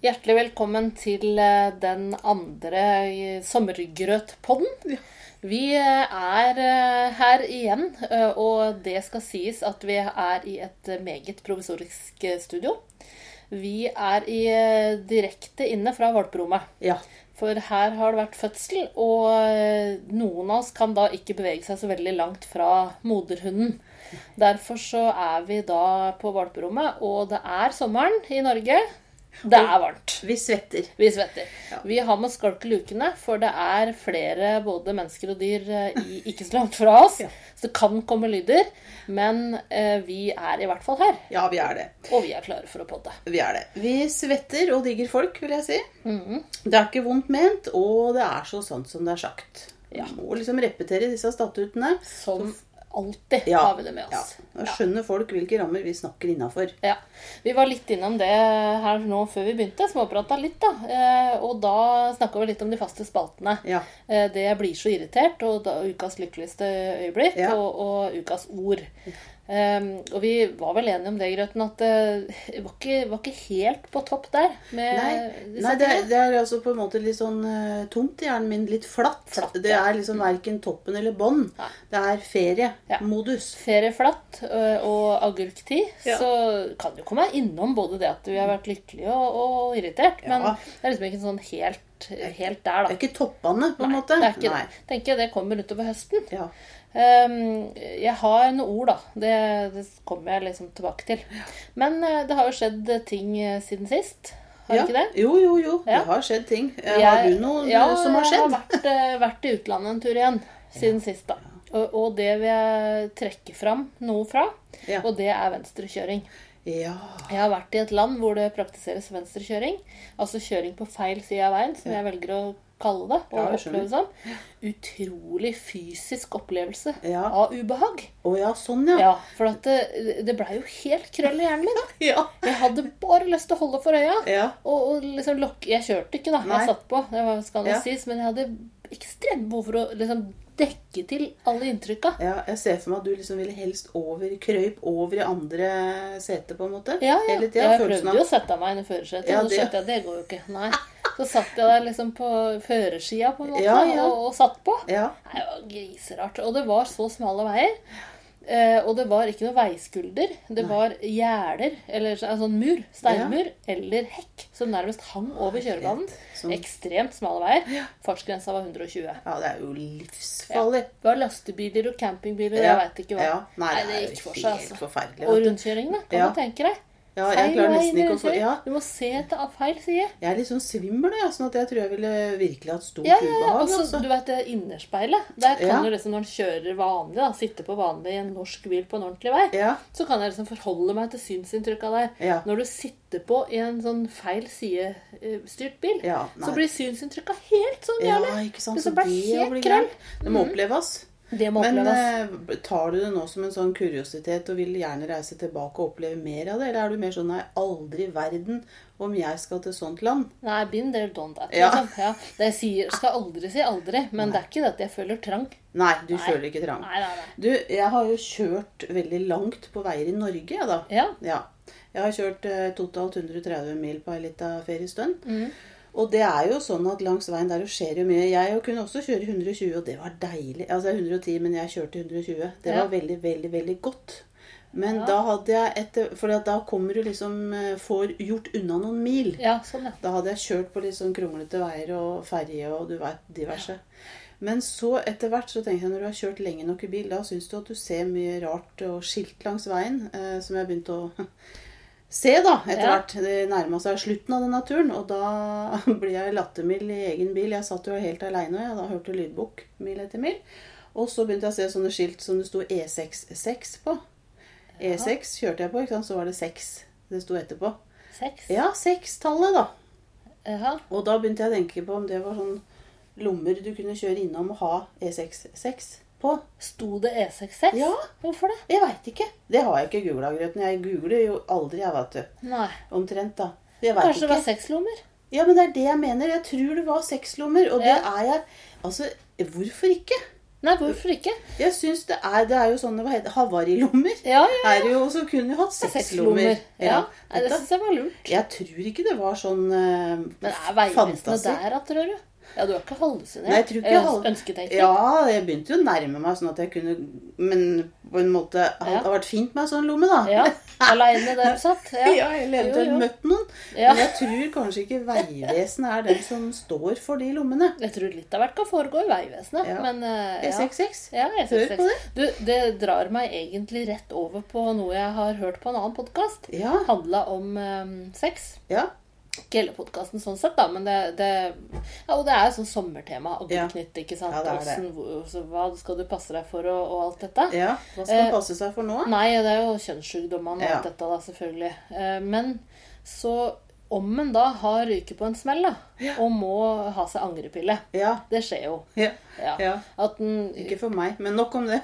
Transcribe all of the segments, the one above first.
Hjertelig velkommen til eh, den andre eh, sommergrøtpodden. Vi eh, er eh, her igjen, eh, og det skal sies at vi er i et eh, meget provisorisk eh, studio. Vi er i, eh, direkte inne fra valperommet. Ja. For her har det vært fødsel, og eh, noen av oss kan da ikke bevege seg så veldig langt fra moderhunden. Derfor så er vi da på valperommet, og det er sommeren i Norge. Det er varmt. Vi svetter. Vi svetter. Ja. Vi har med skalk i lukene, for det er flere både mennesker og dyr eh, i, ikke så langt fra oss. Ja. Så det kan komme lyder, men eh, vi er i hvert fall her. Ja, vi er det. Og vi er klare for å podde. Vi er det. Vi svetter og digger folk, vil jeg si. Mhm. Det er ikke vondt ment, og det er så sant som det er sagt. Ja. Må liksom repetere disse statutene. Som alltid Ja. har vi det med Ja. oss. Da skjønner folk hvilke rammer vi snakker innafor. Ja. Vi var litt innom det her nå før vi begynte. Småprata litt, da. Eh, og da snakka vi litt om de faste spaltene. Ja. Eh, det blir så irritert, og da, ukas lykkeligste øyeblikk Ja. og, og ukas ord. Em, og vi var vel enige om det, Grøten, at eh, det var ikke, var ikke helt på topp der. Med Nei, disse nei det, er- tingene. det er altså på en måte litt sånn eh, tomt i hjernen min. Litt flatt. Flatt, Det er liksom verken toppen eller bånd. Nei. Det er Ja. feriemodus. Ferieflatt ø, eh, og agurktid, Ja. så kan du komme innom både det at vi har vært lykkelige og, og irritert, men Ja. det er liksom ikke sånn helt, helt der, da. Det er ikke toppene, på en Nei, måte. Det er ikke Nei. det. Tenker jeg det kommer utover høsten. Ja. Ehm, jeg har noen ord, da. Det, det kommer jeg liksom tilbake til. Men eh, det har jo skjedd ting eh, siden sist. Har ja. ikke det? Jo, jo, jo. Ja. Det har skjedd ting. Eh, Jeg- har du noe ja, som har Jeg skjedd? har vært, eh, vært i utlandet en tur igjen siden sist, da. Og, og det vil jeg trekke fram noe fra, Ja. og det er venstrekjøring. Ja. Jeg har vært i et land hvor det praktiseres venstrekjøring. Altså kjøring på feil side av veien, som jeg velger å kalle det. Og Ja, jeg oppleve skjønner. det som. Utrolig fysisk opplevelse Ja. av ubehag. Å ja, sånn ja. Ja, For at det, det blei jo helt krøll i hjernen min. Ja. Jeg hadde bare lyst til å holde for øya. Ja. Og, og liksom lokke Jeg kjørte ikke, da. Nei. Jeg satt på. Det var, skal nå Ja. sies. Men jeg hadde ekstremt behov for å liksom dekke til alle inntrykka. ja. Jeg ser for meg at du liksom ville helst over, krøyp over i andre sete, på en måte. Ja, ja. Hele tiden, Jeg følelsen prøvde av- jo å sette meg inn i førersetet, Ja, og så det- skjønte jeg at det går jo ikke. Nei. Så satt jeg der liksom på førersida på en måte, Ja, ja. Og, og satt på. Ja. Nei, det var griserart. Og det var så smale veier. Eh, og det var ikke noe veiskulder. Det var gjerder, eller så- en sånn mur, steinmur, eller hekk, som nærmest hang over kjørebanen. Som- Ekstremt smale veier. Fartsgrensa var 120. sånn. ja, det er jo livsfarlig. Det var lastebiler og campingbiler, og Ja. jeg veit ikke hva. Ja. Nei, Nei, det det er gikk jo for seg, helt altså. forferdelig. Og vet du. rundkjøringene, kan Ja. du tenke deg? Ja, jeg Feil klarer vei nesten ikke å få rundkjøring. ja. Du må se til feil side. Jeg er litt sånn svimmel, jeg, sånn at jeg tror jeg ville virkelig hatt stort Ja, ja, ja. ubehag. Og så, altså. du vet det innerspeilet. Der kan Ja. du liksom, når en kjører vanlig, da, sitte på vanlig i en norsk bil på en ordentlig vei, Ja. så kan jeg liksom forholde meg til synsinntrykka der. Ja. Når du sitter på i en sånn feil sidestyrt bil, Ja, så nei. blir synsinntrykka helt sånn Ja, gærne. ikke sant. Det Så som det ble helt krøll. blir Mm. gærent. Det må oppleves. Det må Men oppleves. eh, tar du det nå som en sånn kuriositet og vil gjerne reise tilbake og oppleve mer av det? Eller er du mer sånn nei, aldri i verden om jeg skal til sånt land? Nei, been there, done that. Ja. Liksom. Ja. Det jeg sier, skal aldri si aldri, men det er ikke det at jeg føler trang. Nei, du Nei. føler ikke trang. Nei, nei, nei. Du, jeg har jo kjørt veldig langt på veier i Norge, jeg da. Ja. Jeg har kjørt eh, totalt 130 mil på ei lita feriestund. Mm. Og det er jo sånn at langs veien der jo skjer jo mye. Jeg jo kunne også kjøre 120, og det var deilig. Altså 110, men jeg kjørte 120. Det Ja. var veldig, veldig, veldig godt. Men da hadde jeg et For da kommer du liksom eh, Får gjort unna noen mil. Ja, sånn, ja. Da hadde jeg kjørt på litt sånn kronglete veier og ferje og du vet, diverse. Men så etter hvert så tenkte jeg når du har kjørt lenge nok i bil, da syns du at du ser mye rart og skilt langs veien, eh, som jeg begynte å se da, etter Ja. hvert. Det nærma seg slutten av den naturen, og da ble jeg lattermild i egen bil. Jeg satt jo helt aleine, og jeg da hørte lydbok mil etter mil. Og så begynte jeg å se sånne skilt som det sto E66 på. E6 kjørte jeg på, ikke sant? så var det 6 det sto etterpå. Sex. Ja, 6-tallet, da. Ja. Og da begynte jeg å tenke på om det var sånn lommer du kunne kjøre innom og ha E66 på. Sto det E66? Ja. Hvorfor det? Jeg veit ikke. Det har jeg ikke googla, Grøten. Jeg googler jo aldri, jeg, vet du. Nei. Omtrent, da. Jeg vet Kanskje det ikke. var seks lommer? Ja, men det er det jeg mener. Jeg tror det var seks lommer. Og det Ja. er jeg Altså, hvorfor ikke? Nei, hvorfor ikke? Jeg syns det er Det er jo sånne hva heter det, havarilommer. Ja, ja. Er det jo, så kunne vi hatt seks lommer. Ja, Nei, det syns jeg var lurt. Jeg tror ikke det var sånn Men eh, er Vegvesenet der, da, tror du? Ja, du er ikke hallusinert? Nei, jeg tror ikke Øns- halv- Ønsketenkning? Ja, jeg begynte jo å nærme meg sånn at jeg kunne Men på en måte Det Ja. hadde vært fint med ei sånn lomme, da. Ja. Aleine der du satt? Ja. Ja, eller eventuelt Jo, jo. møtt noen. Ja. Men jeg tror kanskje ikke Vegvesenet er den som står for de lommene. Jeg tror litt av hvert kan foregå i Vegvesenet, Ja. men eh, ja. E66. Ja, jeg Hør synes på det. Du, det drar meg egentlig rett over på noe jeg har hørt på en annen podkast. Ja. Handla om um, sex. ja. Ikke hele podkasten sånn sett, da, men det, det Ja, og det er jo sånn sommertema. Ja. Aggurknytt, ikke sant. Ja, det er det. Åssen- hvor- så hva skal du passe deg for, og, og alt dette. ja. Hva skal Eh, man passe seg for nå? Nei, det er jo kjønnssykdommene og Ja. alt dette, da, selvfølgelig. Eh, Men så om en da har ryket på en smell, da, og må ha seg angrepille Ja. Det skjer jo. ja. Ja. Ja. At den Ikke for meg, men nok om det.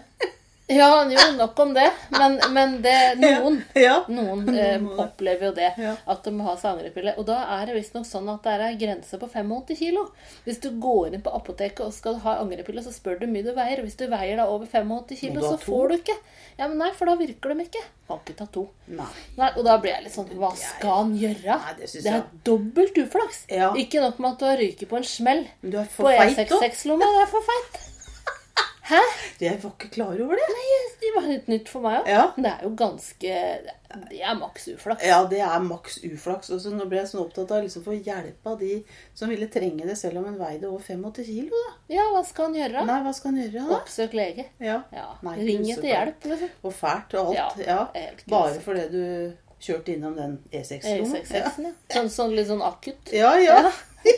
Ja, jo, nok om det. Men, men det Noen Ja. noen eh, må det. opplever jo det, Ja. at de må ha seg angrepille. Og da er det visstnok sånn at det er en grense på 85 kilo. Hvis du går inn på apoteket og skal ha angrepille, så spør du hvor mye du veier. Hvis du veier da over 85 Må kilo, du så ha to? får du ikke. Ja, men nei, for da virker de ikke. Kan ikke ta to. Nei. Nei, og da blir jeg litt sånn Hva skal han gjøre? Nei, det synes er dobbelt uflaks. Ja. Ikke nok med at du har ryket på en smell Men du er på for feit, da. E66-lomma. Det er for feit. Hæ? Jeg var ikke klar over det. Det var litt nytt for meg òg. Ja. Det er jo ganske Det er maks uflaks. Ja, det er maks uflaks. Også nå ble jeg sånn opptatt av å liksom få hjelp av de som ville trenge det, selv om en veide over 85 kilo. da. Ja, hva skal han gjøre? Nei, hva skal en gjøre da? Oppsøk lege. Ja. Ja. Nei, Ring gud, etter så bra. hjelp, liksom. Og fælt og alt. Ja, Ja. helt grusomt. Bare fordi du kjørte innom den E6-lomma. E66, ja. Sånn, sånn litt sånn akutt. Ja, ja. Det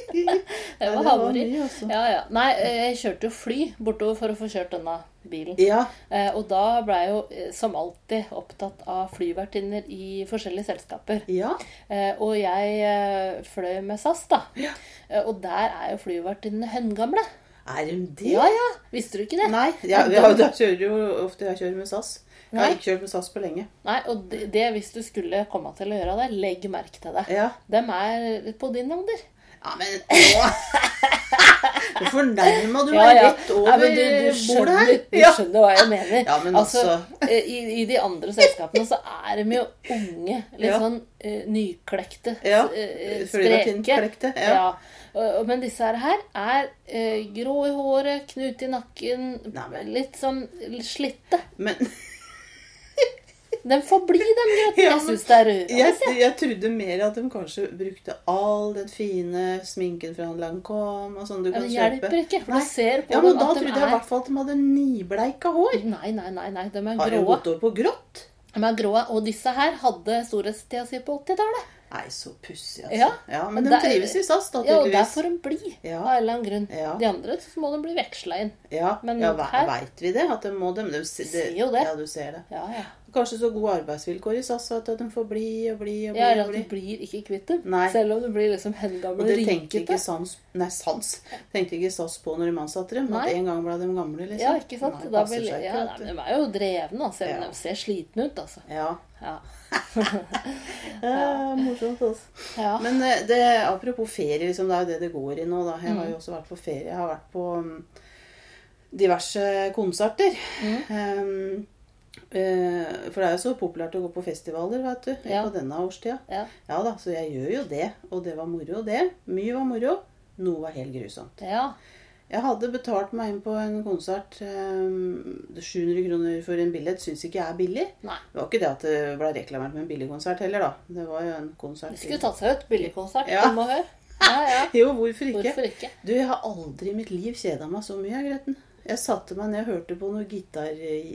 var Ja, det var havari. mye, altså. Ja, ja. Nei, jeg kjørte jo fly bortover for å få kjørt denne bilen. Ja, Eh, Og da ble jeg jo eh, som alltid opptatt av flyvertinner i forskjellige selskaper. ja. Eh, Og jeg eh, fløy med SAS, da. Ja. Eh, Og der er jo flyvertinnene høngamle. Er hun det? Ja, ja. Visste du ikke det? Nei, ja, ja, da kjører jo ofte jeg kjører med SAS. Jeg har Nei. ikke kjørt med SAS på lenge. Nei, og det, det hvis du skulle komme til å gjøre det, legg merke til det. Ja, De er på din alder. ja men å. Du fornærma du Ja, meg ja. rett over Nei, men du, du bordet skjønner, her. du Ja. skjønner hva jeg mener. Ja, men altså. eh, i, I de andre selskapene så er de jo unge, litt Ja. sånn eh, nyklekte, s- Ja, eh, eh, flyvertinnklekte, ja. Og- og- Men disse her er eh, grå i håret, knut i nakken, Nei, men- litt sånn slitte. Men De får bli, de grøtene. Ja, Jeg men- syns det er rørende. jeg, jeg trodde mer at de kanskje brukte all den fine sminken fra Lancôme og sånn du Ja, kan men Det kjøpe. hjelper ikke. For Nei. du ser på Ja, men dem da at trodde jeg i de er hvert fall at de hadde nibleika hår. Nei, nei, nei, nei, de er Har de grå. gått over på grått? De er grå. Og disse her hadde storhetstida si på 80-tallet. Nei, så pussig, Ja. altså. Ja, men de Der- trives i SAS, da, Ja, og der tydeligvis. får de bli, Ja. av en eller annen grunn. Ja. De andre så må de bli veksla inn. Ja, Men ja hva- her- veit vi det? At de må dem? De, de, sier jo det. Ja, du ser det. Ja, ja. Kanskje så gode arbeidsvilkår i SAS at de får bli og bli og bli. ja eller og at bli. du blir ikke kvitt dem. Nei. Selv om du blir liksom Og hengamle det tenkte ikke rynkete. sans, nei, sans tenkte ikke SAS på når de ansatte dem. At Nei. en gang ble de gamle, liksom. Ja, ikke sant? Nei, det da passer vil, seg ja, ikke, nei, vet men de er jo drevne, altså. Ja. Men de ser slitne ut, altså. du. Ja. Ja. Eh, morsomt, altså. ja. Men eh, det, apropos ferie, liksom, det er jo det det går i nå. Da. Jeg Mm. har jo også vært på ferie. Jeg har vært på mm, diverse konserter. Mm. Um, eh, for det er jo så populært å gå på festivaler, vet du. Ja. På denne årstida. ja. Ja da, så jeg gjør jo det. Og det var moro, det. Mye var moro. Noe var helt grusomt. ja. Jeg hadde betalt meg inn på en konsert. ehm, 700 kroner for en billett syns ikke jeg er billig. Nei. Det var ikke det at det ble reklamert med en billig konsert heller, da. Det var jo en konsert Det skulle tatt seg ut. Billigkonsert. Ja. Kom og hør. Ja, ja. Jo, hvorfor ikke? Hvorfor ikke? Du, jeg har aldri i mitt liv kjeda meg så mye, jeg, Grøten. Jeg satte meg ned og hørte på noe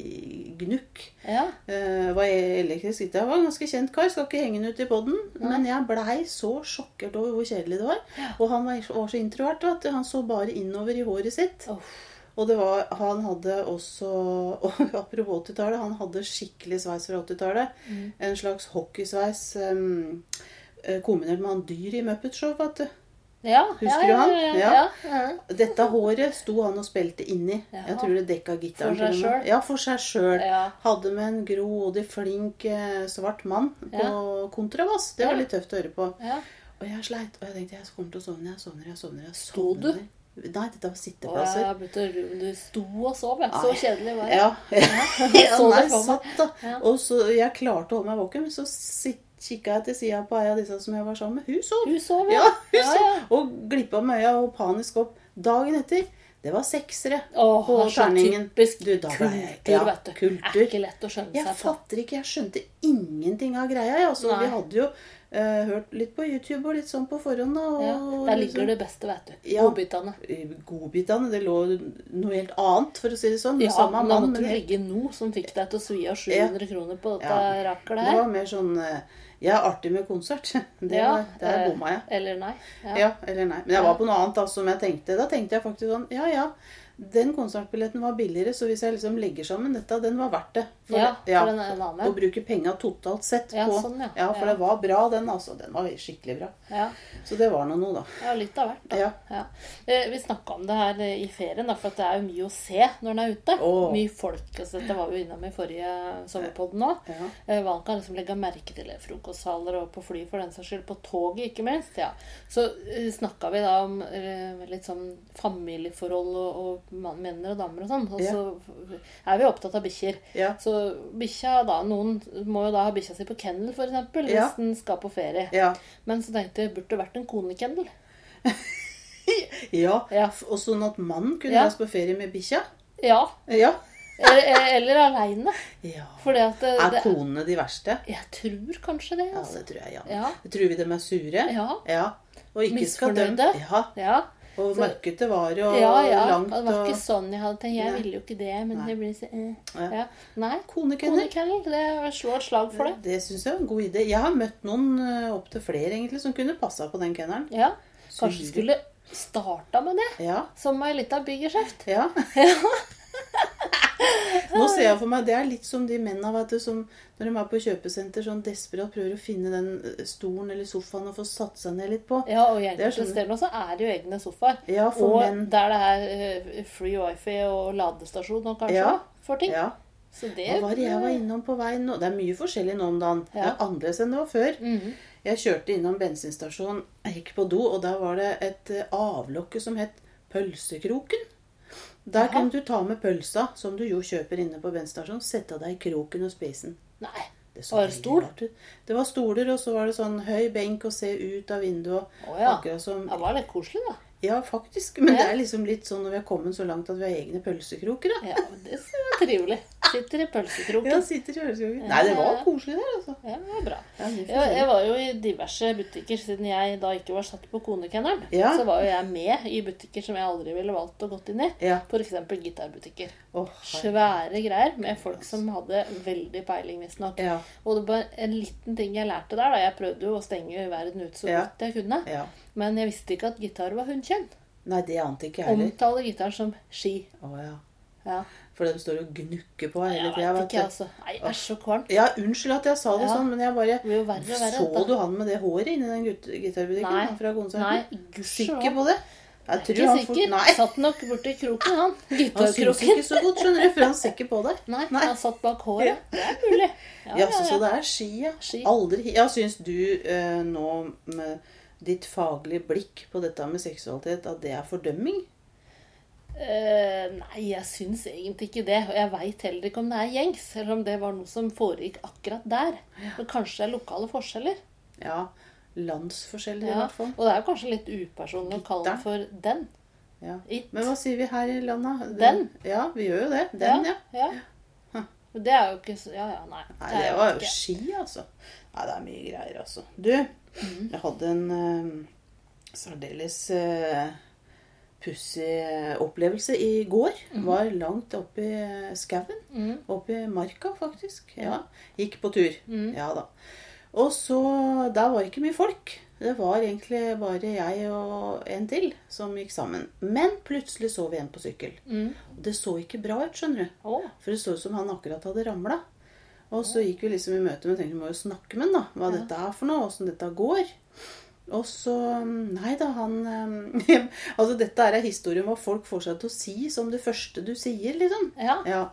gitargnukk. Ja. Eh, var elektrisk gitar. Jeg var en ganske kjent kar, skal ikke henge den ut i podden. Men jeg blei så sjokkert over hvor kjedelig det var. Og han var, var så introvert at han så bare innover i håret sitt. Uff. Og det var, han hadde også og Apropos 80-tallet, han hadde skikkelig sveis fra 80-tallet. Mm. En slags hockeysveis em, eh, kombinert med han dyr i Muppet Show, vet du. Ja, ja, Husker du ja, han? ja, ja, Ja. ja. Dette håret sto han og spilte inni. Jaha. Jeg tror det dekka gitaren. For seg til og med. selv? Ja, for seg sjøl. Ja. Hadde med en grådig, flink eh, svart mann på kontrabass. Det Ja. var litt tøft å høre på. ja. Og jeg sleit, og jeg tenkte jeg kommer til å sovne, jeg sovner, jeg sovner. jeg Sto du? sovner. Nei, dette var Og jeg sitteplasser. begynte å ru- du sto og sov, jeg. Så Nei. kjedelig var det. Ja. ja Så nei, det for meg. satt da. Ja. Og så jeg klarte å holde meg våken, men så sitt- kikka jeg til sida på ei av disse som jeg var sammen med. Hun sov! Hun sov, Ja, hun Ja, sov. ja. Og glippa med øya og panisk opp. Dagen etter, det var seksere. Åh, På det er så terningen. typisk Du, da ble jeg- kultur, ja, vet du. kultur. Er ikke lett å skjønne Jeg seg på. fatter ikke, jeg skjønte ingenting av greia. jeg. Altså, Nei. vi hadde jo eh, hørt litt på YouTube og litt sånn på forhånd. Da, og, Ja, der ligger det beste, vet du. Ja. Godbitene. liksom, Godbitene. Det lå noe helt annet, for å si det sånn. Ja, samme men da mann, måtte du men helt, legge noe som fikk deg til å svi av 700 kroner på dette Ja. raklet det her. var mer sånn eh, Jeg er artig med konsert. Det Ja, var, der eh, bomma jeg. Eller nei. Ja. Ja. eller nei. Men jeg var på noe annet da, som jeg tenkte. Da tenkte jeg faktisk sånn Ja, ja. Den konsertbilletten var billigere, så hvis jeg liksom legger sammen dette, den var verdt det. For, Ja, ja, for en- en annen. Å bruke penga totalt sett Ja, på sånn, ja. ja, for Ja. det var bra, den altså. Den var skikkelig bra. Ja. Så det var nå noe, da. ja, litt av hvert. da. Ja. Ja. Eh, Vi snakka om det her eh, i ferien, da, for at det er jo mye å se når en er ute. Åh. Mye folk. altså Dette var vi jo innom i forrige sommerpodden nå. Ja. Eh, Hva man kan liksom legge merke til i frokostsaler og på fly, for den saks skyld. På toget, ikke minst. ja. Så snakka vi da om eh, litt sånn familieforhold og, og man- menn og damer og sånn. Og Ja. så er vi opptatt av bikkjer. Ja. Så bikkja da, Noen må jo da ha bikkja si på kennel, f.eks. eksempel, Ja. Hvis den skal på ferie. Ja. Men så tenkte jeg burde det vært en konekennel. ja. Ja. F- Og sånn at mannen kunne Ja. reise på ferie med bikkja. ja. Ja. Eller, eh, eller aleine. ja. Fordi at eh, det, Er det, konene de verste? Jeg tror kanskje det, Ja, altså. det tror jeg. Ja. Ja. Tror vi dem er sure? Ja. ja. Og ikke skal dem Misfornøyde? Ja. ja. Og Så- møkkete var og Ja, ja. langt det var ikke og sånn jeg hadde tenkt. Jeg Nei. ville jo ikke det, men Nei. det blir så eh. Ja. ja. Nei. Konekennel. Konekennel, det slår et slag for det. Det syns jeg er en god idé. Jeg har møtt noen eh, opptil flere egentlig som kunne passa på den kennelen. Ja. Kanskje Sure. skulle starta med det, Ja. som ei lita bygeskjeft. ja. Nå ser jeg for meg, Det er litt som de mennene vet du, som når de er på kjøpesenter sånn desperat prøver å finne den eh, stolen eller sofaen og få satt seg ned litt på. Ja, og i Det er enkelte sånn- steder nå så er det jo egne sofaer. Ja, for Og menn. der det er eh, free wifi og ladestasjon og kanskje Ja. for ting. Ja. Så det Hva var det jeg var innom på veien nå? Det er mye forskjellig nå om dagen. Det Ja. er annerledes enn det var før. Mhm. Jeg kjørte innom bensinstasjonen, jeg gikk på do, og der var det et eh, avlokke som het Pølsekroken. Der Jaha. kunne du ta med pølsa, som du jo kjøper inne på bensinstasjonen, sette deg i kroken og spise den. Nei. så Var det veldig stol? rart ut. Det var stoler, og så var det sånn høy benk å se ut av vinduet. Å ja. Akkurat som Det var litt koselig, da. Ja, faktisk. Men Ja. det er liksom litt sånn når vi har kommet så langt at vi har egne pølsekroker, da. Ja, men det var trivelig. Sitter i pølsekroken. Ja, sitter i pølsekroken. Nei, det var koselig der, altså. Ja, det var bra. Ja, mye Jeg, forskjellig. jeg var jo i diverse butikker siden jeg da ikke var satt på konekenneren. Ja. Så var jo jeg med i butikker som jeg aldri ville valgt å gått inn i. Ja. F.eks. gitarbutikker. Åh, herre. Svære greier med folk som hadde veldig peiling, visstnok. ja. Og det var en liten ting jeg lærte der. da. Jeg prøvde jo å stenge verden ut så Ja. godt jeg kunne. ja. Men jeg visste ikke at gitar var hundkjønn. Nei, det ante ikke jeg heller. Omtale gitaren som ski. Å ja. Ja. For de står og gnukker på hele Jeg tida. vet ikke, vet du. altså. Nei, æsj så kvalmt. Ja, unnskyld at jeg sa det Ja. sånn, men jeg bare Det blir jo verre og verre. Så dette. du han med det håret inni den gutt- gitarbutikken Nei. han fra Nei, konserten? Sikker gudskjelov. på det? Jeg tror Ikke han fort sikker. Nei. Satt nok borti kroken, han. Han syns Gitarkroken. ikke så godt, skjønner du, for han ser ikke på deg. Nei, Nei. han satt bak håret. Det er mulig. Ja, Ja, så, så det er ski, ja. Ski. Aldri Ja, syns du eh, nå med ditt faglige blikk på dette med seksualitet at det er fordømming? Eh, nei, jeg syns egentlig ikke det. Og jeg veit heller ikke om det er gjengs, eller om det var noe som foregikk akkurat der. Men kanskje det er lokale forskjeller. Ja. Landsforskjeller, i Ja. hvert fall. Og det er jo kanskje litt upersonlig å kalle den for den. Ja. It. Men hva sier vi her i landet? Den. Ja, vi gjør jo det. Den, ja. ja. Men Det er jo ikke så Ja, ja, nei. Nei, er det jo var jo ikke- ski, altså. Nei, det er mye greier, altså. Du, Mhm. jeg hadde en eh, særdeles uh, pussig opplevelse i går. Var langt oppe i eh, skauen. Mhm. Oppe i marka, faktisk. Ja. Gikk på tur. Mhm. Ja da. Og så Der var ikke mye folk. Det var egentlig bare jeg og en til som gikk sammen. Men plutselig så vi en på sykkel. Og Det så ikke bra ut, skjønner du. mm. Å, For det så ut som han akkurat hadde ramla. Og så gikk vi liksom i møte med tenkte vi må jo snakke med han da, hva dette er for noe, åssen dette går. Og så mm, Nei da, han eh, Altså, dette er en historie om hva folk får seg til å si som det første du sier, liksom. ja. Ja.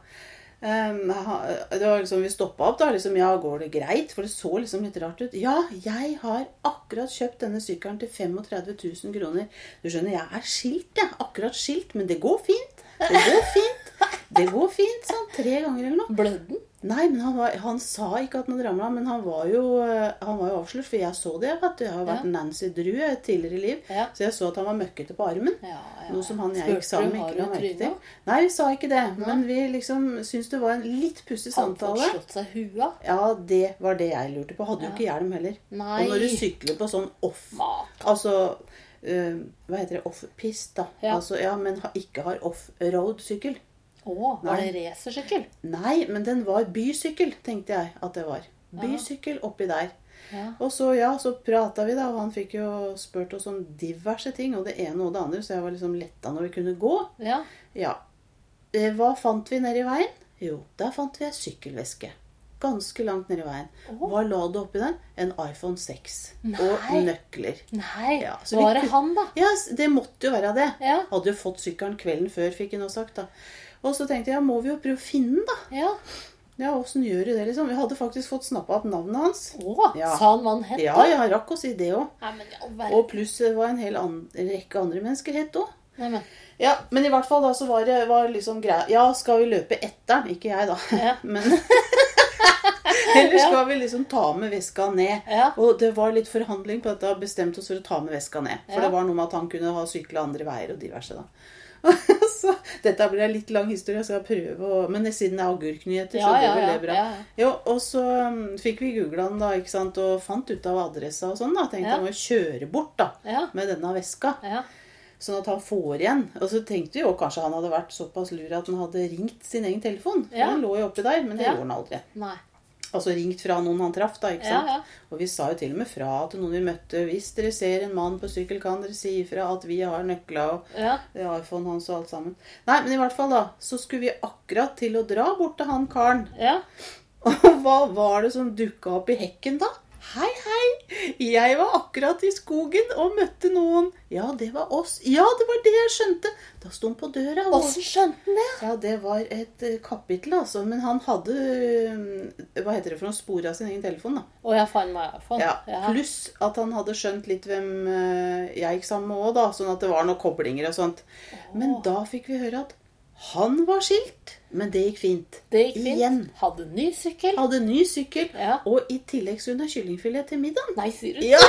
Ehm, ha- det var liksom, vi stoppa opp, da. Liksom, ja, går det greit? For det så liksom litt rart ut. Ja, jeg har akkurat kjøpt denne sykkelen til 35 000 kroner. Du skjønner, jeg er skilt, jeg. Akkurat skilt. Men det går fint. Det går fint. Det går fint, sa han tre ganger eller noe. Blødde den? Nei, men han, var, han sa ikke at han hadde ramla, men han var, jo, eh, han var jo avslørt. For jeg så det. Vet du. Jeg har vært Ja. Nancy Drew jeg, tidligere i liv. Ja. Så jeg så at han var møkkete på armen. Ja, ja. Noe som han jeg Spurte gikk sammen du, med har ikke la du merke trynet? til. Nei, vi sa ikke det. Men vi liksom syntes det var en litt Han pussig fått samtale. slått seg i huet? Ja, det var det jeg lurte på. Hadde jo Ja. ikke hjelm heller. Nei. Og når du sykler på sånn off Mat. Altså eh, Hva heter det? Off-pist, da. Ja. Altså, ja, men ha, ikke har off-road-sykkel. Å, var det racersykkel? Nei, men den var bysykkel, tenkte jeg at det var. Bysykkel oppi der. Ja. Og så, ja, så prata vi, da, og han fikk jo spurt oss om diverse ting, og det ene og det andre, så jeg var liksom letta når vi kunne gå. ja. Ja. Eh, Hva fant vi nedi veien? Jo, der fant vi ei sykkelveske. Ganske langt nedi veien. Åh. Hva la du oppi den? En iPhone 6. Og Nei. nøkler. Nei, Ja, så vi var det kunne- han, da? Ja, s- det måtte jo være det. Ja. Hadde jo fått sykkelen kvelden før, fikk hun også sagt, da. Og så tenkte jeg, ja, må vi jo prøve å finne den, da. Ja. Ja, åssen gjør du det, liksom? Vi hadde faktisk fått snappa opp navnet hans. Å, Ja. sa han hva han het? Ja, da? jeg rakk å si det òg. Nei, men i all Og verden. pluss det var en hel an rekke andre mennesker het òg. Nei, men, Ja, men i hvert fall da så var det var liksom greia Ja, skal vi løpe etter den? Ikke jeg, da. Ja. Men Eller skal vi liksom ta med veska ned? Ja. Og det var litt forhandling på at da bestemte oss for å ta med veska ned. For Ja. det var noe med at han kunne ha sykla andre veier og diverse, da. så dette blir en litt lang historie, så jeg skal prøve å Men siden det er agurknyheter, Ja, så det ja, vel ja, det bra. ja, ja. Jo, og så um, fikk vi googla den, da, ikke sant, og fant ut av adressa og sånn, da. Tenkte Ja. han må jo kjøre bort, da. Ja. Med denne veska. ja. Sånn at han får igjen. Og så tenkte vi jo kanskje han hadde vært såpass lur at han hadde ringt sin egen telefon. For Ja. Den lå jo oppi der, men det Ja. gjorde han aldri. Nei. Altså ringt fra noen han traff, da. ikke Ja, sant? ja. Og vi sa jo til og med fra til noen vi møtte. Hvis dere ser en mann på sykkel, kan dere si ifra at vi har nøkla og Ja. det er iPhone hans og alt sammen. Nei, men i hvert fall, da. Så skulle vi akkurat til å dra bort til han karen. ja. Og hva var det som dukka opp i hekken da? Hei, hei! Jeg var akkurat i skogen og møtte noen. Ja, det var oss. Ja, det var det jeg skjønte. Da sto han på døra. og- Åssen skjønte han det? Ja, det var et eh, kapittel, altså. Men han hadde eh, Hva heter det for noe? Spor av sin egen telefon, da. Å, jeg fant meg iPhone. Ja, Pluss at han hadde skjønt litt hvem eh, jeg gikk sammen med òg, da. Sånn at det var noen koblinger og sånt. Men da fikk vi høre at han var skilt. Men det gikk fint. Det gikk fint. Igjen. Hadde ny sykkel. Hadde ny sykkel, Ja. og i tillegg skulle hun ha kyllingfilet til middagen. Nei, sier du. Ja,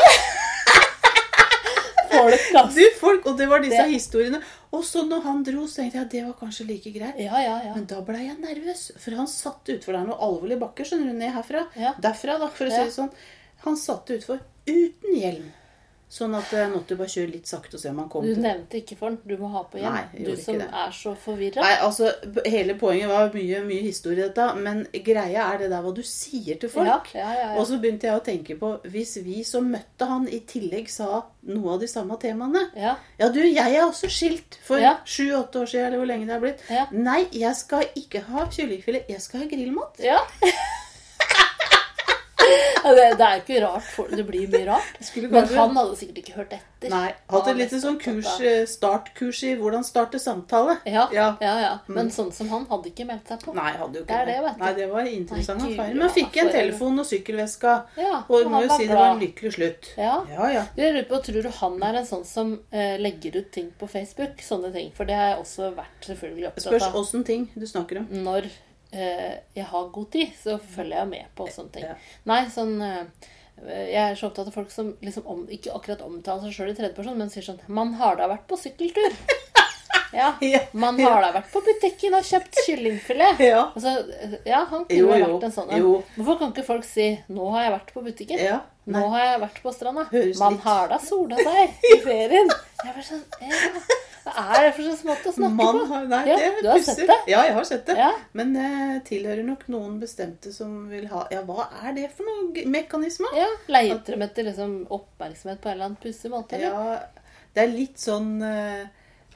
Folk, ass. du folk, Og det var disse Det- historiene. Og så når han dro, så tenkte jeg at det var kanskje like greit. Ja, ja, ja. Men da blei jeg nervøs, for han satt utfor Det er noe alvorlig bakke, skjønner du, ned herfra. Ja. Derfra, da, for å Ja. si det sånn. Han satt utfor uten hjelm. Sånn at jeg måtte bare kjøre litt sakte og se om han kom. Du til- nevnte ikke for den. Du må ha på hjem. Nei, jeg du gjorde som ikke det. er så forvirra. Nei, altså, b- Hele poenget var mye mye historie, i dette. Men greia er det der hva du sier til folk. Ja, ja, ja, ja. Og så begynte jeg å tenke på Hvis vi som møtte han, i tillegg sa noe av de samme temaene Ja. Ja, du, jeg er også skilt for Ja. sju-åtte år siden, eller hvor lenge det er blitt. Ja. Nei, jeg skal ikke ha kyllingfilet. Jeg skal ha grillmat. ja. Ja, Det, det er jo ikke rart. For, det blir mye rart. Skulle Men kanskje- han hadde sikkert ikke hørt etter. Nei. Han Hatt var et lite mest sånn opptatt kurs, av- eh, startkurs i hvordan starte samtale. Ja, ja, Ja. Mm. ja. Men sånn som han hadde ikke meldt seg på. Nei, hadde jo Det ikke er det, vet du. Nei, det var interessant Nei, gud, erfaring. Men ja, fikk en for- telefon og sykkelveska. Ja, Og og vi må han jo var si det var en glad. lykkelig slutt. Ja. Ja, ja. Du, Jeg lurer på, Tror du han er en sånn som eh, legger ut ting på Facebook? Sånne ting. For det har jeg også vært selvfølgelig Spørs opptatt av. åssen ting du snakker om. Når eh, jeg har god tid, så følger jeg med på sånne ting. Ja. Nei, sånn eh, Jeg er så opptatt av folk som liksom om, ikke akkurat omtaler seg sjøl i tredjeperson, men sier sånn Man har da vært på sykkeltur. ja. Ja. Man har da vært på butikken og kjøpt kyllingfilet. Ja. Altså, ja, han kunne Jo, jo, ha jo, vært en sånn en. jo. Hvorfor kan ikke folk si 'Nå har jeg vært på butikken'? Ja. Nå har jeg vært på stranda. Høres Man litt- har da sola seg i ferien. Jeg bare sånn, ja, Hva er det for slags måte å snakke Man på? har, nei, Ja, det du har pussig. sett det? Ja, jeg har sett det. Ja. Men eh, tilhører nok noen bestemte som vil ha Ja, hva er det for noen g- mekanismer? Ja, Leter de etter liksom oppmerksomhet på en eller annen pussig måte? eller? Ja, det er litt sånn eh,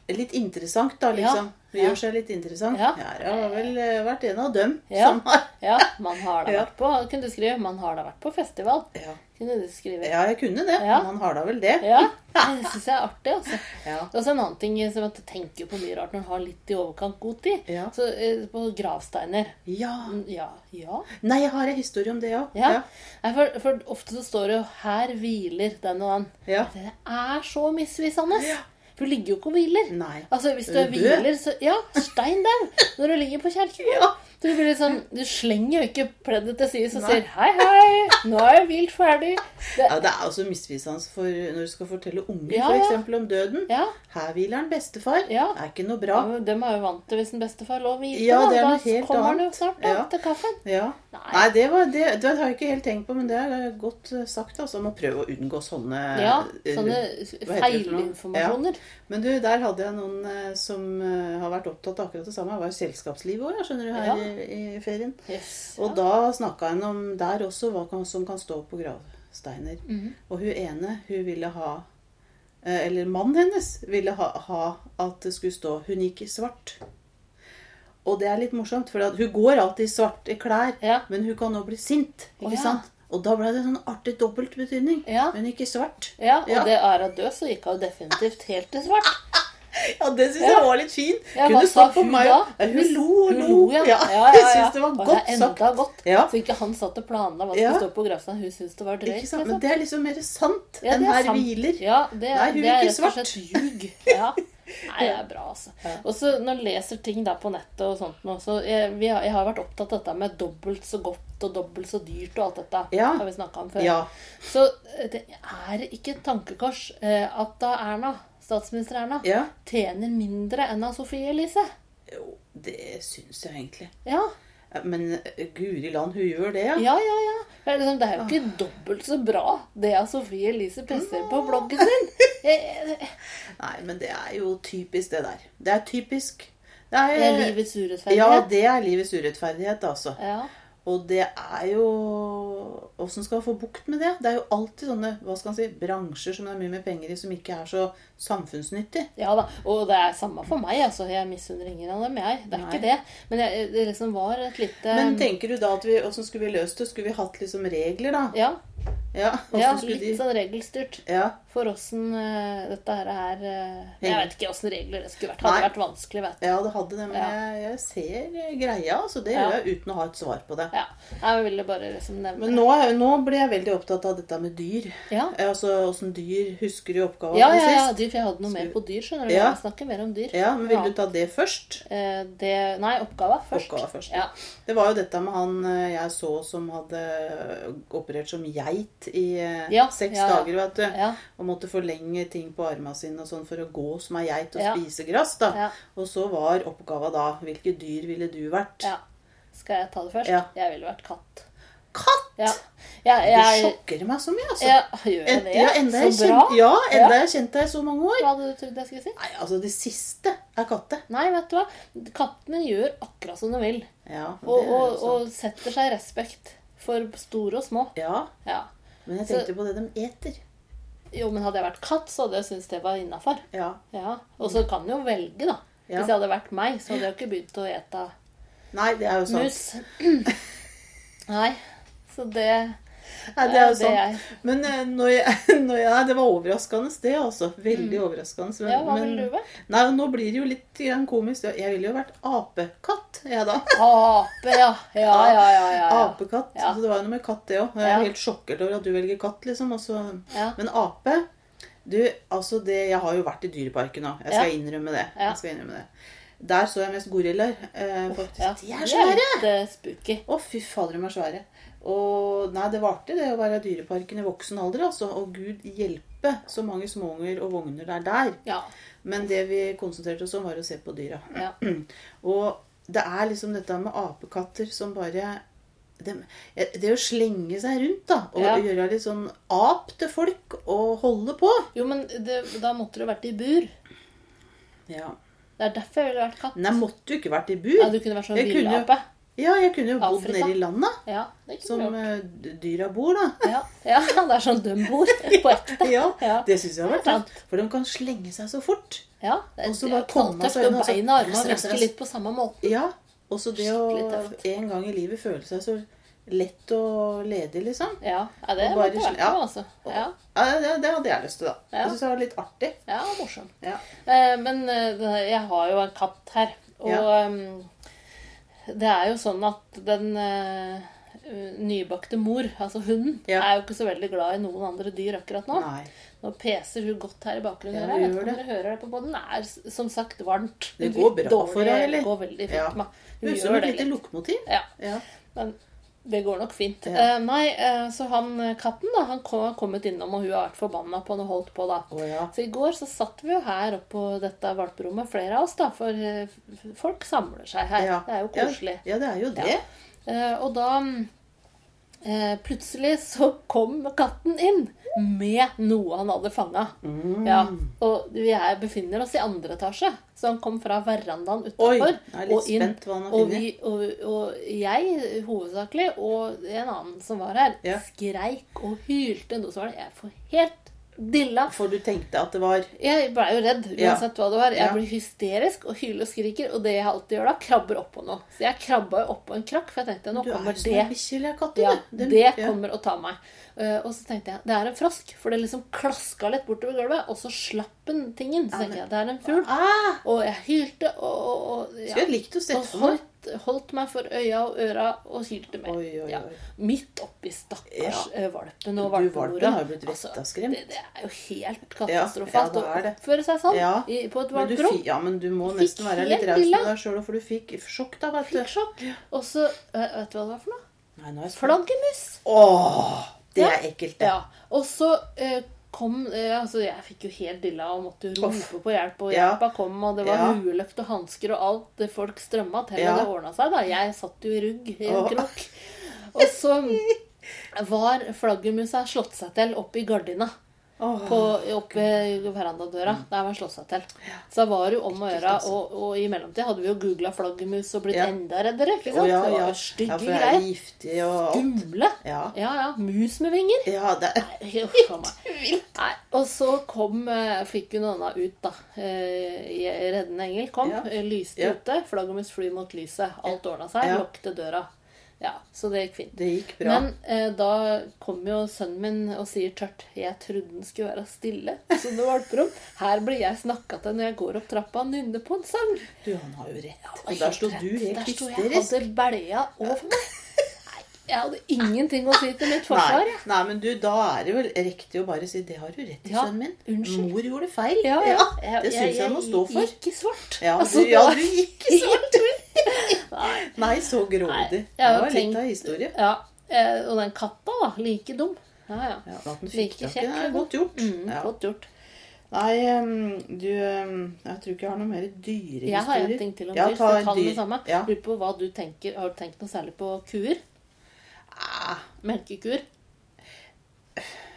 Litt interessant, da, Ja. liksom. Ja. Gjør seg litt interessant. Ja. Jeg har vel eh, vært en av dem Ja. som har Ja, man har da Ja. vært på Kunne du skrive 'Man har da vært på festival'? ja. Kunne du skrive ja, jeg kunne det. Ja. Man har da vel det. Ja, det syns jeg er artig, altså. Ja. Og så en annen ting som at du tenker jo på mye rart når du har litt i overkant god tid. Ja. Så eh, på gravsteiner. ja. Mm, Ja. ja. Nei, jeg har en historie om det òg. ja. Nei, for, for ofte så står det jo 'Her hviler den og den'. Ja. Det er så misvisende. Ja. For du ligger jo ikke og hviler. Nei. Altså, hvis du Er er du død? hviler, så Ja, stein dau når du ligger på kjerkegården. Ja. Du, blir litt sånn, du slenger jo ikke pleddet til side og Nei. sier 'Hei, hei, nå er jeg vilt ferdig'. Det, Ja, Det er også misvisende for når du skal fortelle unger Ja, for ja. eksempel, om døden. ja. Her hviler en bestefar. Ja. Det er ikke noe Ja, bra. men Dem er jo vant til hvis en bestefar lå hvite. Ja, da. det er da noe helt kommer han jo annet. snart da, Ja. til kaffen. Ja. Nei. Nei, det, var, det, det har jeg ikke helt tenkt på, men det er godt eh, sagt. altså. Man prøver å unngå sånne Ja, eh, sånne hva heter det for noe? feilinformasjoner. Men du, der hadde jeg noen eh, som eh, har vært opptatt av akkurat det samme. Det var jo selskapslivet òg, skjønner du, her Ja. i, i ferien. Yes, Og ja. da snakka hun om der også hva kan, som kan stå på gravsteiner. Mhm. Og hun ene, hun ville ha eh, Eller mannen hennes ville ha, ha at det skulle stå Hun gikk i svart. Og det er litt morsomt, for at hun går alltid i svarte klær, Ja. men hun kan nå bli sint. Å, ikke ja. sant? Og da ble det sånn artig dobbeltbetydning. Ja. Hun gikk i svart. ja, og Ja. det er av død, så gikk hun definitivt helt til svart. Ja, det syns Ja. jeg var litt fint. Ja, hva Kunne sa stått på hun meg da? òg. Hun lo og lo. ja. Ja, ja, ja, Jeg ja. syns det var Og godt er sagt. enda godt. Ja. Så ikke han satt og planla hva som Ja. skulle stå på gravsteinen. Hun syntes det var drøyt. Ikke sant? liksom. Men det er liksom mer sant Ja, enn det er her sant. hviler. Ja, det, Nei, hun det er gikk i rett og slett ljug. Ja. Nei, det er bra, altså. Ja. Og så når jeg leser ting da på nettet og sånt nå, så jeg, vi har, jeg har vært opptatt av dette med dobbelt så godt og dobbelt så dyrt og alt dette. Ja. Har vi snakket om før. Ja. Så eh, det er ikke et tankekors eh, at da Erna, statsminister Erna, ja. tjener mindre enn av Sofie Elise. Jo, det syns jeg egentlig. Ja, Ja, Men eh, guri land, hun gjør det, ja. ja, ja. ja. Det er liksom- det er jo ikke dobbelt så bra det at Sofie Elise presser på bloggen sin. Eh, eh, Nei, men det er jo typisk, det der. Det er typisk. Det Det er er livets Ja, urettferdighet. det er livets urettferdighet, altså. Ja. Og det er jo Åssen skal man få bukt med det? Det er jo alltid sånne hva skal man si, bransjer som det er mye mer penger i, som ikke er så samfunnsnyttig. Ja da, og det er samme for meg. altså. Jeg misunner ingen av dem, jeg. Det er Nei. ikke det. Men jeg, det liksom var et lite Men tenker du da at vi Åssen skulle vi løst det? Skulle vi hatt liksom regler, da? Ja, Ja, hvordan ja skulle litt de sånn regelstyrt. Ja. For åssen eh, dette her er eh, Jeg Henger. vet ikke åssen regler det skulle vært. Hadde Nei. vært vanskelig, vet du. Ja, det hadde det, men Ja. jeg, jeg ser greia, altså. Det Ja. gjør jeg uten å ha et svar på det. Ja. Jeg ville bare liksom nevne Men nå, nå ble jeg veldig opptatt av dette med dyr. Ja. Eh, Altså åssen dyr husker i oppgaven Ja, til ja, ja, sist. dyr, for jeg hadde noe mer på dyr. skjønner du? Ja. Jeg snakker mer om dyr. Ja, men vil du ta det først? Eh, det, Nei, oppgava først. Oppgava først. Ja. Det var jo dette med han eh, jeg så som hadde operert som geit i eh, Ja, seks ja, ja. dager, vet du. Ja. Og måtte forlenge ting på armene sine og sånn for å gå som ei geit og Ja. spise gress, da. Ja. Og så var oppgava da Hvilke dyr ville du vært? ja. Skal jeg ta det først? Ja. Jeg ville vært katt. Katt! Ja. Jeg, Det jeg, sjokker meg så mye, altså. ja, gjør jeg En- det? ja, enda jeg Så bra. kjent, ja, enda jeg har kjent deg i så mange år. Hva hadde du trodd jeg skulle si? Nei, altså det siste er katte. Nei, vet du hva? Kattene gjør akkurat som de vil. Ja, det Og, er jo og, sant. og setter seg i respekt for store og små. ja, Ja. men jeg tenkte på det de eter. Jo, men hadde jeg vært katt, så hadde jeg syntes det var innafor. Ja. Ja. Og så kan du jo velge, da. Ja. Hvis jeg hadde vært meg, så hadde jeg jo ikke begynt å ete Nei, det er jo sant. mus. Nei. Så det Nei, det er jo det sant. jeg. Men eh, når jeg, når jeg, nei, det var overraskende, det altså. Veldig overraskende. Men, Mm. Ja, hva men- ville du vært? Nei, og nå blir det jo litt grann komisk. ja. Jeg ville jo vært apekatt, jeg da. Ape, ja. Ja, ja, ja. ja, ja. Apekatt. Ja. Så det var jo noe med katt, det òg. Jeg er Ja. helt sjokkert over at du velger katt, liksom. Og så ja. Men ape du, altså det, Jeg har jo vært i Dyreparken nå. Jeg skal, Ja. innrømme, det. Ja. jeg skal innrømme det. Der så jeg mest gorillaer. Eh, faktisk. ja. De er svære! Litt eh, spooky. Å, fy fader, de er svære. Og nei, det var artig det å være i Dyreparken i voksen alder, altså. Og gud hjelpe så mange småunger og vogner det er der. Ja. Men det vi konsentrerte oss om, var å se på dyra. ja. Og det er liksom dette med apekatter som bare dem- eh, Det å slenge seg rundt, da. Og Ja. gjøre litt sånn ap til folk, og holde på. Jo, men det, da måtte du vært i bur. Ja. Det er derfor jeg ville vært katt. Men jeg måtte jo ikke vært i Ja, bur. du kunne vært sånn Jeg kunne jo- villape. Ja, jeg kunne jo bodd Afrika. nede i landet, Ja, det er ikke som lurt. eh, d- dyra bor, da. Ja, ja, det er sånn de bor på ekte. Ja, Ja. Det syns jeg har vært Det er tøft. For de kan slenge seg så fort. Ja, det Og så er bare komme knalltøft. seg altså. Og unna, så- beina og armene Stress, stress. virker litt på samme måte. Ja. Og så det å Skikkelig tøft. en gang i livet føle seg så lett og ledig, liksom. Ja, ja det Og må bare det sl- være ja. noe, altså. Ja, Ja, det, det hadde jeg lyst til, da. Ja. Jeg syns det var litt artig. ja morsomt. Ja. Eh, Men eh, jeg har jo en katt her, og Ja. eh, det er jo sånn at den eh, nybakte mor, altså hunden, Ja. er jo ikke så veldig glad i noen andre dyr akkurat nå. Nei. Nå peser hun godt her i bakgrunnen. Ja, her. jeg hun vet ikke gjør om dere hører det på båten. Det er s- som sagt varmt. Det Litt går bra dårlig, for henne, eller? Det går veldig fint Ja. med henne. Hun Hun gjør som et det lite litt. lokomotiv. Ja, Ja. men det går nok fint. Ja. Eh, nei, eh, så han eh, katten da, han kom, kommet innom, og hun har vært forbanna på han og holdt på da. Å ja. Så i går så satt vi jo her oppe på dette valperommet, flere av oss da, for eh, f- folk samler seg her. ja. Det er jo koselig. Ja, ja det er jo det. Eh, og da mm, eh, plutselig så kom katten inn med noe han hadde fanga. Mm. Ja, og vi er, befinner oss i andre etasje, så han kom fra verandaen Oi, utafor jeg er og litt inn. spent hva han har Og, funnet. vi, og, og jeg hovedsakelig, og en annen som var her, Ja. skreik og hylte noe så var det Jeg får helt dilla. For du tenkte at det var Jeg blei jo redd Ja. uansett hva det var. Jeg Ja. blir hysterisk og hyler og skriker. Og det jeg alltid gjør da, krabber oppå noe. Så jeg krabba jo oppå en krakk, for jeg tenkte nå Du er kommer som det. en bikkje eller en katt. Ja, du. Den- det ja. kommer og tar meg. Eh, Og så tenkte jeg det er en frosk, for det liksom klaska litt bortover gulvet. Og så slapp den tingen. Så Ja, men- tenkte jeg det er en fugl. Ah, Og jeg hylte og, og, og ja. skulle jeg likt å se Og for meg. holdt, holdt meg for øya og øra og hylte mer. Oi, oi, Ja. oi. Midt oppi stakkars Ja. eh, valpen og Du, valpen har jo valpemora. blitt Altså, vettaskremt. Det, det er jo helt Ja, ja, katastrofalt det er å det. oppføre seg sånn Ja. i, på et Men du, valperom. fi- ja, men du må Fikk nesten være litt helt raus med illa. deg sjøl, for du fikk sjokk, da, vet Fikk du. sjokk. Og så eh, Vet du hva det var for noe? Nei, nå er jeg spent. Flaggermus. Åh, det Ja. er ekkelt, det. Ja. Og så eh, kom eh, Altså, jeg fikk jo helt dilla og måtte jo Uff. rope på hjelp, og Ja. hjelpa kom, og det var Ja. hueløkt og hansker og alt. det Folk strømma til, Ja. og det ordna seg, da. Jeg satt jo i rugg i en Åh. krok. Og så var flaggermusa slått seg til opp i gardina. Åh. Mm. På, oppe ved verandadøra. Der var den slått seg til. Så det var jo om å gjøre. Og, og i mellomtida hadde vi jo googla flaggermus og blitt Ja. enda reddere. Ikke sant? Å, ja, det var ja. jo stygge ja, for jeg er greier. giftig og alt. Skumle. Ja. Ja, ja. Mus med vinger. ja det er Nei, uff a meg. Nei, og så kom, eh, fikk hun Anna ut, da. Eh, Reddende engel kom, Ja. eh, lyste Ja. ute. Flaggermus fly mot lyset. Alt ordna seg. Ja. Lukte døra. Ja, Så det gikk fint. Det gikk bra. Men eh, da kom jo sønnen min og sier tørt 'Jeg trodde den skulle være stille', som det valperom. Her blir jeg snakka til når jeg går opp trappa og nynner på en sang. du, han har jo rett. Det var Og der sto rett. du helt Der sto jeg hysterisk. hadde belja over meg. Nei, jeg hadde ingenting å si til mitt Nei, forsvar. jeg. nei, men du, da er det vel riktig å bare si 'det har du rett i, Ja, sønnen min'. unnskyld. Mor gjorde feil. Ja, ja. det syns jeg må stå for. gikk i svart. Ja, Altså, du, ja, det var du gikk i helt vilt. Nei. Nei, så grådig. Nei, jeg Det har var tenkt- litt av historie. Ja, eh, og den katta, da. Like dum. Ja, ja. Ja, at den fikk Like tak i kjekk, den, er liksom. godt gjort. Mm, Ja. Godt gjort. Nei, ehm, du ehm, Jeg tror ikke jeg har noe mer dyrehistorier. Jeg har en ting til om Ja, dyr. ta Skal jeg ta den dyr. med samme? Ja. Lurer på hva du tenker. Har du tenkt noe særlig på kuer? Ah, Melkekuer?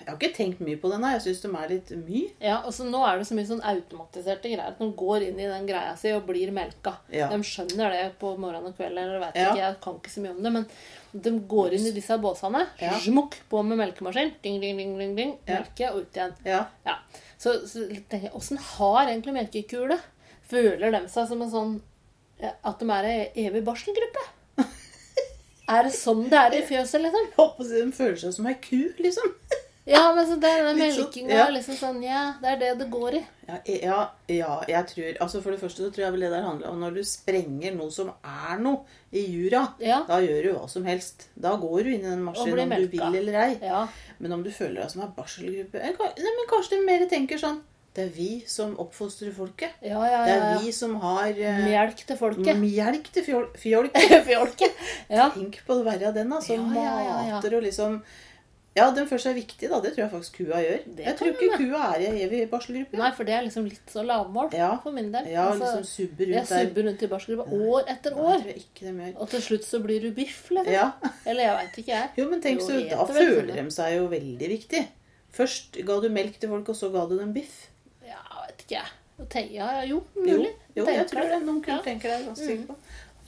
Jeg har ikke tenkt mye på den her. Jeg syns de er litt mye. Ja, og så Nå er det så mye sånn automatiserte greier at de går inn i den greia si og blir melka. Ja. De skjønner det på morgenen og kvelden. eller vet Ja. ikke, Jeg kan ikke så mye om det, men de går inn i disse båsene. Ja. Smukk på med melkemaskin. Ding, ding, ding, ding, ding, Ja. Melke og ut igjen. Ja. Ja. Så, så tenker jeg, åssen har egentlig melkekuer det? Føler de seg som en sånn ja, At de er ei evig barselgruppe? er det sånn det er i fjøset, liksom? Jeg håper De føler seg som ei ku, liksom. Ja, men så det er den Litt sånn, melkinga ja. liksom sånn Ja, det er det det går i. Ja, e- ja, ja, jeg tror altså For det første så tror jeg vel det der handler om når du sprenger noe som er noe i jura. Ja. Da gjør du hva som helst. Da går du inn i den blir maskinen om du melka. vil eller ei. Ja. Men om du føler deg som en barselgruppe eh, ka- Nei, men Kanskje de mer tenker sånn Det er vi som oppfostrer folket. Ja, ja, Det ja. er ja. vi som har eh, Mm. Melk til folket. mjelk til fjol, fjolk. Fjolket. Ja. Tenk på verre av den, da. Som Ja, ja, ja, ja. mater og liksom Ja, den føler seg viktig, da. Det tror jeg faktisk kua gjør. Det jeg kan tror ikke kua er i evig barselgruppe. Nei, for det er liksom litt så lavmål Ja. for min del. Ja, Altså, liksom subber jeg rundt der. subber rundt i barselgruppa år etter Nei, jeg år. tror ikke de gjør. Og til slutt så blir du biff, liksom. Ja. Eller jeg veit ikke, jeg. Jo, men tenk Jo, så, de da heter vel føler sånn. de seg jo veldig viktig. Først ga du melk til folk, og så ga du dem biff. Ja, vet ikke jeg. Og tenk- Ja, ja, jo, Jo, mulig. jo Tenker jeg tror det. Ja. Noen Mm. kull tenker det. jeg er ganske sikker på.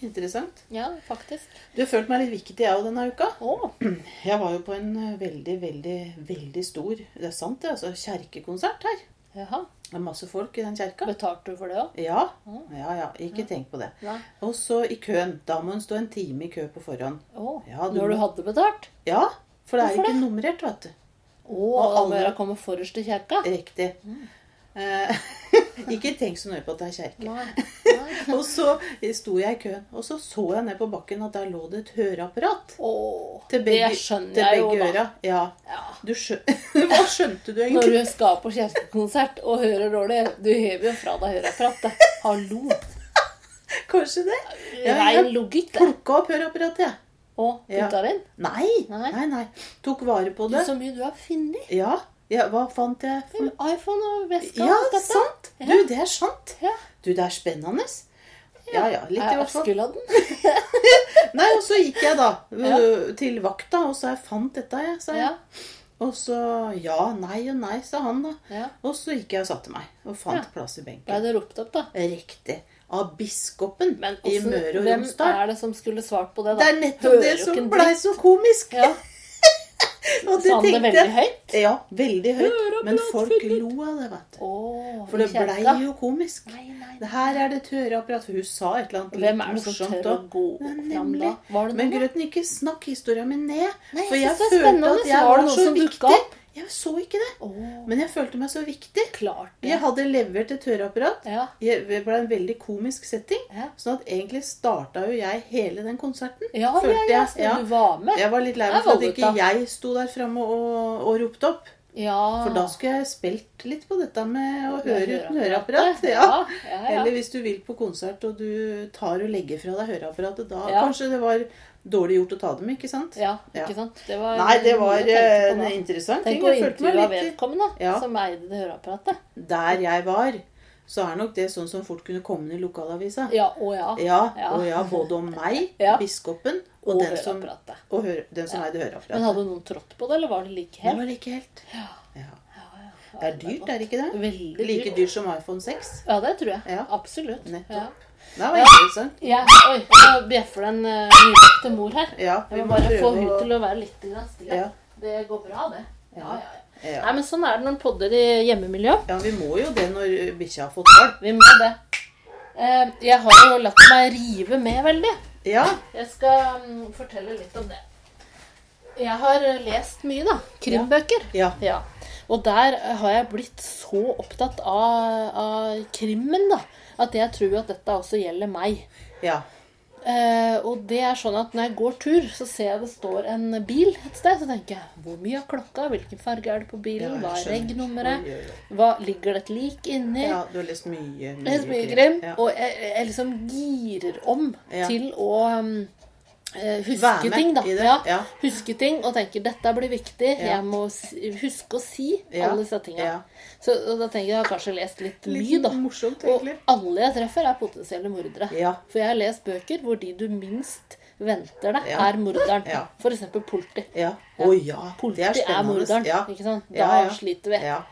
Interessant. Ja, faktisk. Du har følt meg litt viktig, jeg òg, denne uka. Å, Jeg var jo på en eh, veldig, veldig, veldig stor Det er sant, det. altså Kjerkekonsert her. jaha. Det er masse folk i den kjerka. Betalte du for det òg? Ja, ja, ja. Ikke tenk på det. Nei. Og så i køen. Da må en stå en time i kø på forhånd. Å, Ja, du når du må- hadde betalt? Ja, for det er Hvorfor ikke nummerert, vet du. Å, Og da må alle- jeg komme forrest i kirka? Riktig. Mm. Eh, ikke tenk så nøye på at det er kjerke. Nei. Nei. Og så sto jeg i køen, og så så jeg ned på bakken at der lå det et høreapparat. Å, Til begge, det skjønner til jeg jo, begge da. øra. Ja. Ja. Du skjø Hva skjønte du Når egentlig? du skal på kirkekonsert og hører dårlig, du hever jo fra deg høreapparatet. Hallo. Kanskje det? Ja, Rein jeg logikk. det. plukka opp høreapparatet, jeg. Å, Ja. putta det inn? Nei. Nei. nei, nei. Tok vare på Du, det. så mye du har funnet. Ja. ja. Hva fant jeg? for- iPhone og veska. Ja, alt dette. sant. Ja. Du, det er sant. Ja. Du, det er spennende. Ja, ja. Litt i Er hvert fall. Askeladden? Nei, og så gikk jeg da Ja. øh, til vakta, og så jeg fant dette, jeg, sa jeg. Ja. Og så ja, nei og nei, sa han da. ja. Og så gikk jeg og satte meg, og fant Ja. plass i Ble benken. det ropt opp, da? Riktig. Av biskopen Men i åssen- Møre og hvem Romsdal. er det som skulle svart på det, da? Det er nettopp det Hører jo ikke som en blei dritt. så komisk. Ja, Og det Sa han det tenkte veldig jeg. høyt? Ja, veldig høyt. Høreapparat Men folk funnet. lo av det, vet du. Å, For det i blei kirka. jo komisk. Nei, nei, Det her er det et høreapparat. For hun sa et eller annet Hvem er det som morsomt tør å også. gå Ja, fram da? nemlig. Var det Men noen, da? Grøten, ikke snakk historien min ned. Nei, for jeg jeg synes det er følte spennende. at jeg Var var det noe så som dukket viktig. opp? Jeg så ikke det. Å, Men jeg følte meg så viktig. klart det. Jeg hadde levert et høreapparat. Ja. Jeg- Det ble en veldig komisk setting. Ja. Sånn at egentlig starta jo jeg hele den konserten. Ja, ja, følte ja, jeg. så Ja. du var med. Jeg var litt lei Jeg meg for at valgte ikke det. jeg sto der framme og, og ropte opp. Ja. For da skulle jeg spilt litt på dette med Med å høre uten høreapparatet. høreapparat. Ja. Ja, ja, ja. Eller hvis du vil på konsert og du tar og legger fra deg høreapparatet, da Ja. kanskje det var dårlig gjort å ta dem, ikke sant? Ja, Ja. ikke sant? Det var Nei, det mye å var eh, tenke på en da. interessant ting. Tenk å Jeg følte meg intervjue litt vedkommende Ja. som eide det høreapparatet. Der jeg var, så er nok det sånn som fort kunne komme i lokalavisa. Ja, å ja. Ja, Ja. og ja, både om meg, Ja. biskopen, og, Og den som, høreapparatet. og høre, den som eide Men høreapparatet. hadde noen trådt på det, eller var det like Det helt? var det ikke helt. Ja. Ja. Ja, ja. Det er dyrt, er det ikke det? Veldig Like dyrt som iPhone 6. Ja, det tror jeg. Ja. Absolutt. Ja. Nettopp. Det var Ja. interessant. Ja, oi, nå bjeffer det en eh, nybakte mor her. Ja, Jeg må bare få prøve hun å- til å være litt grann stille. Ja. Det går bra, det. Ja, ja, ja. Ja. Nei, men Sånn er det når en podder i hjemmemiljø. Ja, vi må jo det når bikkja har fått valp. Vi må det. Eh, Jeg har jo latt meg rive med veldig. Ja. Jeg skal mm, fortelle litt om det. Jeg har eh, lest mye, da. Krimbøker. ja. Ja. Og der har jeg blitt så opptatt av, av krimmen, da, at jeg tror at dette også gjelder meg. Ja. Eh, og det er sånn at når jeg går tur, så ser jeg det står en bil et sted. Så tenker jeg hvor mye er klokka, hvilken farge er det på bilen, Ja, jeg hva er skjønner. reg-nummeret, Oi, oi, oi. hva ligger det et lik inni? Ja, du har lest mye, mye, Lest mye krim. Ja. Og jeg, jeg liksom girer om Ja. til å um, eh, Være huske med ting, da. i det, Ja. ja. Huske ting og tenker 'dette blir viktig', Ja. jeg må si- huske å si Ja. alle disse tinga. Ja. Så og da tenker jeg jeg har kanskje lest litt mye, da. morsomt, Og alle jeg treffer, er potensielle mordere. Ja. For jeg har lest bøker hvor de du minst venter deg, Ja. er morderen. Ja. For eksempel Polti. Ja. Å ja, det Polti er er, spennende. morderen, Ja. ikke sant? Da Ja, ja. sliter vi. ja.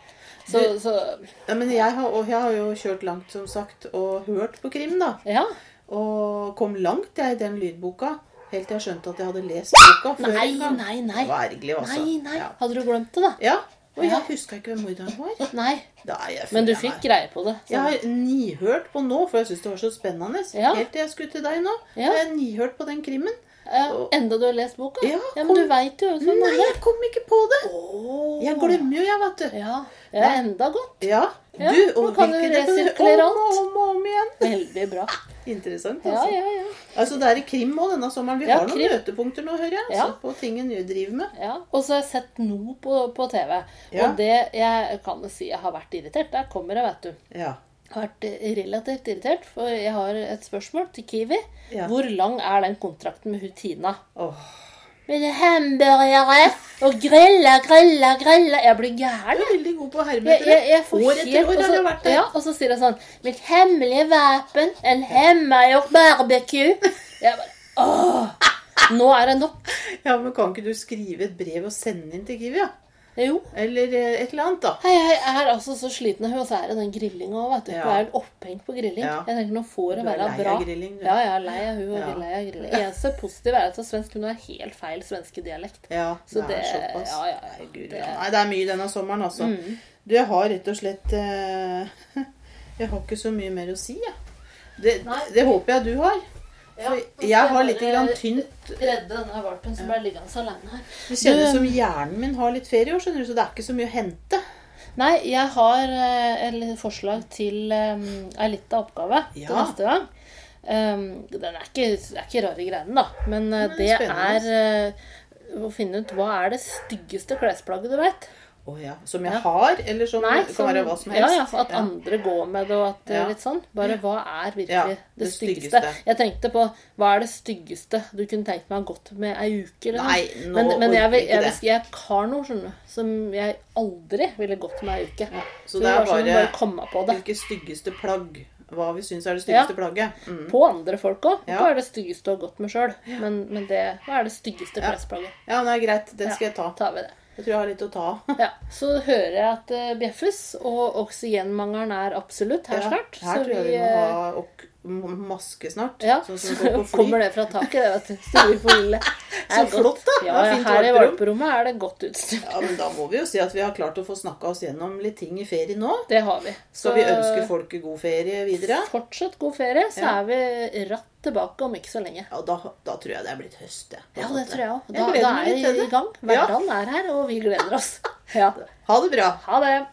Så, så ja men jeg har, og jeg har jo kjørt langt, som sagt, og hørt på krim, da. ja. Og kom langt, jeg, i den lydboka. Helt til jeg skjønte at jeg hadde lest boka før Nei, en gang. nei, Det nei. var ergerlig, altså. Nei, nei. Ja. Hadde du glemt det, da? ja. Og Ja. jeg huska ikke hvem morderen var. Nei. Da er jeg Men du føler fikk meg- greie på det. Jeg Så. har nihørt på nå, for jeg syns det var så spennende. Ja. Helt til jeg skulle til deg nå. Ja. Jeg har nihørt på den krimmen. Eh, enda du har lest boka? Ja, Men du kom- veit jo hvem som Nei, er jeg kom ikke på det! Åh. Jeg glemmer jo, jeg, vet du. Ja. Det er enda godt. Ja, Ja, du, og nå kan du hvilke definisjoner- resirkulere alt. Om og om, og om igjen. Veldig bra. Interessant. Ja, Altså. ja, ja. altså Det er i krim òg denne sommeren. Vi Ja, har noen krim. møtepunkter nå, hører jeg. Altså, Ja. På ting en driver med. Ja, og så har jeg sett noe på, på TV. Ja. Og det jeg kan si jeg har vært irritert. Der kommer det, vet du. Ja. Jeg har vært relativt irritert, for jeg har et spørsmål til Kiwi. Ja. Hvor lang er den kontrakten med hun Tina? Åh. Med hamburgere og grilla, grilla, grilla Jeg blir Du gæren. er veldig god på å herme Jeg, etter jeg, det. jeg får År etter helt- år og har så- du vært der. Ja, og så sier jeg sånn Mitt hemmelige våpen, en hemmegjort barbecue. Jeg bare, åh, nå er det nok. Ja, men Kan ikke du skrive et brev og sende inn til Kiwi? Ja? Jo. Eller eh, et eller annet, da. Hei, jeg er altså så sliten av høsæret, den grillinga òg, vet du. Ja. Hun er helt opphengt på grilling. Ja. Jeg tenker nå får Du det er være lei bra. av grilling, du. Ja, jeg er lei av hun og Ja. lei av grilling. Eneste positive er at hun er svensk hun har helt feil svenske dialekt. Ja, Så det det- er såpass. ja, ja, ja. Nei, Gud, Det- ja. Nei, det er mye denne sommeren, altså. Mm. Du, jeg har rett og slett eh, Jeg har ikke så mye mer å si, jeg. Det, Nei. det håper jeg du har. For jeg har litt grann tynt Redde denne valpen som ble liggende alene her. Det kjennes som hjernen min har litt ferie i år, skjønner du, så det er ikke så mye å hente. Nei, jeg har eh, et lite forslag til um, ei lita oppgave til Ja. neste gang. Um, den er ikke, er ikke rar i greiene, da. Men eh, Men det spennende. altså. er eh, å finne ut hva er det styggeste klesplagget du vet. Å ja. Som jeg Ja. har, eller som Nei, kan som- være hva som Ja, helst. ja, at andre går med det og at eh, Ja. litt sånn. Bare hva er virkelig Ja, det, det styggeste? styggeste. Jeg tenkte på hva er det styggeste du kunne tenkt meg å ha gått med ei uke? Eller noe? Nei, nå men, men jeg, orker vil- ikke jeg, det. vil- jeg har noe skjønner, du, som jeg aldri ville gått med ei uke. Så det sånn er å bare- bare komme på det. Hvilket styggeste plagg? Hva vi syns er det styggeste plagget? Mm. På andre folk òg. Ja. Hva er det styggeste du har gått med sjøl? Men, men det, hva er det styggeste klesplagget? Ja, nei, greit. Den skal jeg ta. Tar vi det. Jeg tror jeg har litt å ta av. Ja, Så hører jeg at det bjeffes, og oksygenmangelen er absolutt her snart. Ja, her så tror jeg vi må eh, ha ok m- maske snart. Ja, Sånn så som det går på kommer fly. det fra taket, det, vet du. Stuer på lille. Det er Så flott, da. Ja, Det er ja, fint her i valperom. valperommet er det godt utstyr. Ja, men da må vi jo si at vi har klart å få snakka oss gjennom litt ting i ferien nå. Det har vi. Så vi ønsker folk god ferie videre. fortsatt god ferie, så Ja. er vi ratt tilbake om ikke så lenge. Ja, da, da tror jeg det er blitt høst, jeg. Ja, det tror jeg òg. Da, Jeg gleder da meg er litt til vi det. i gang. Ja. Hverdagen er her, og vi gleder oss. Ja. Ha det bra. Ha det.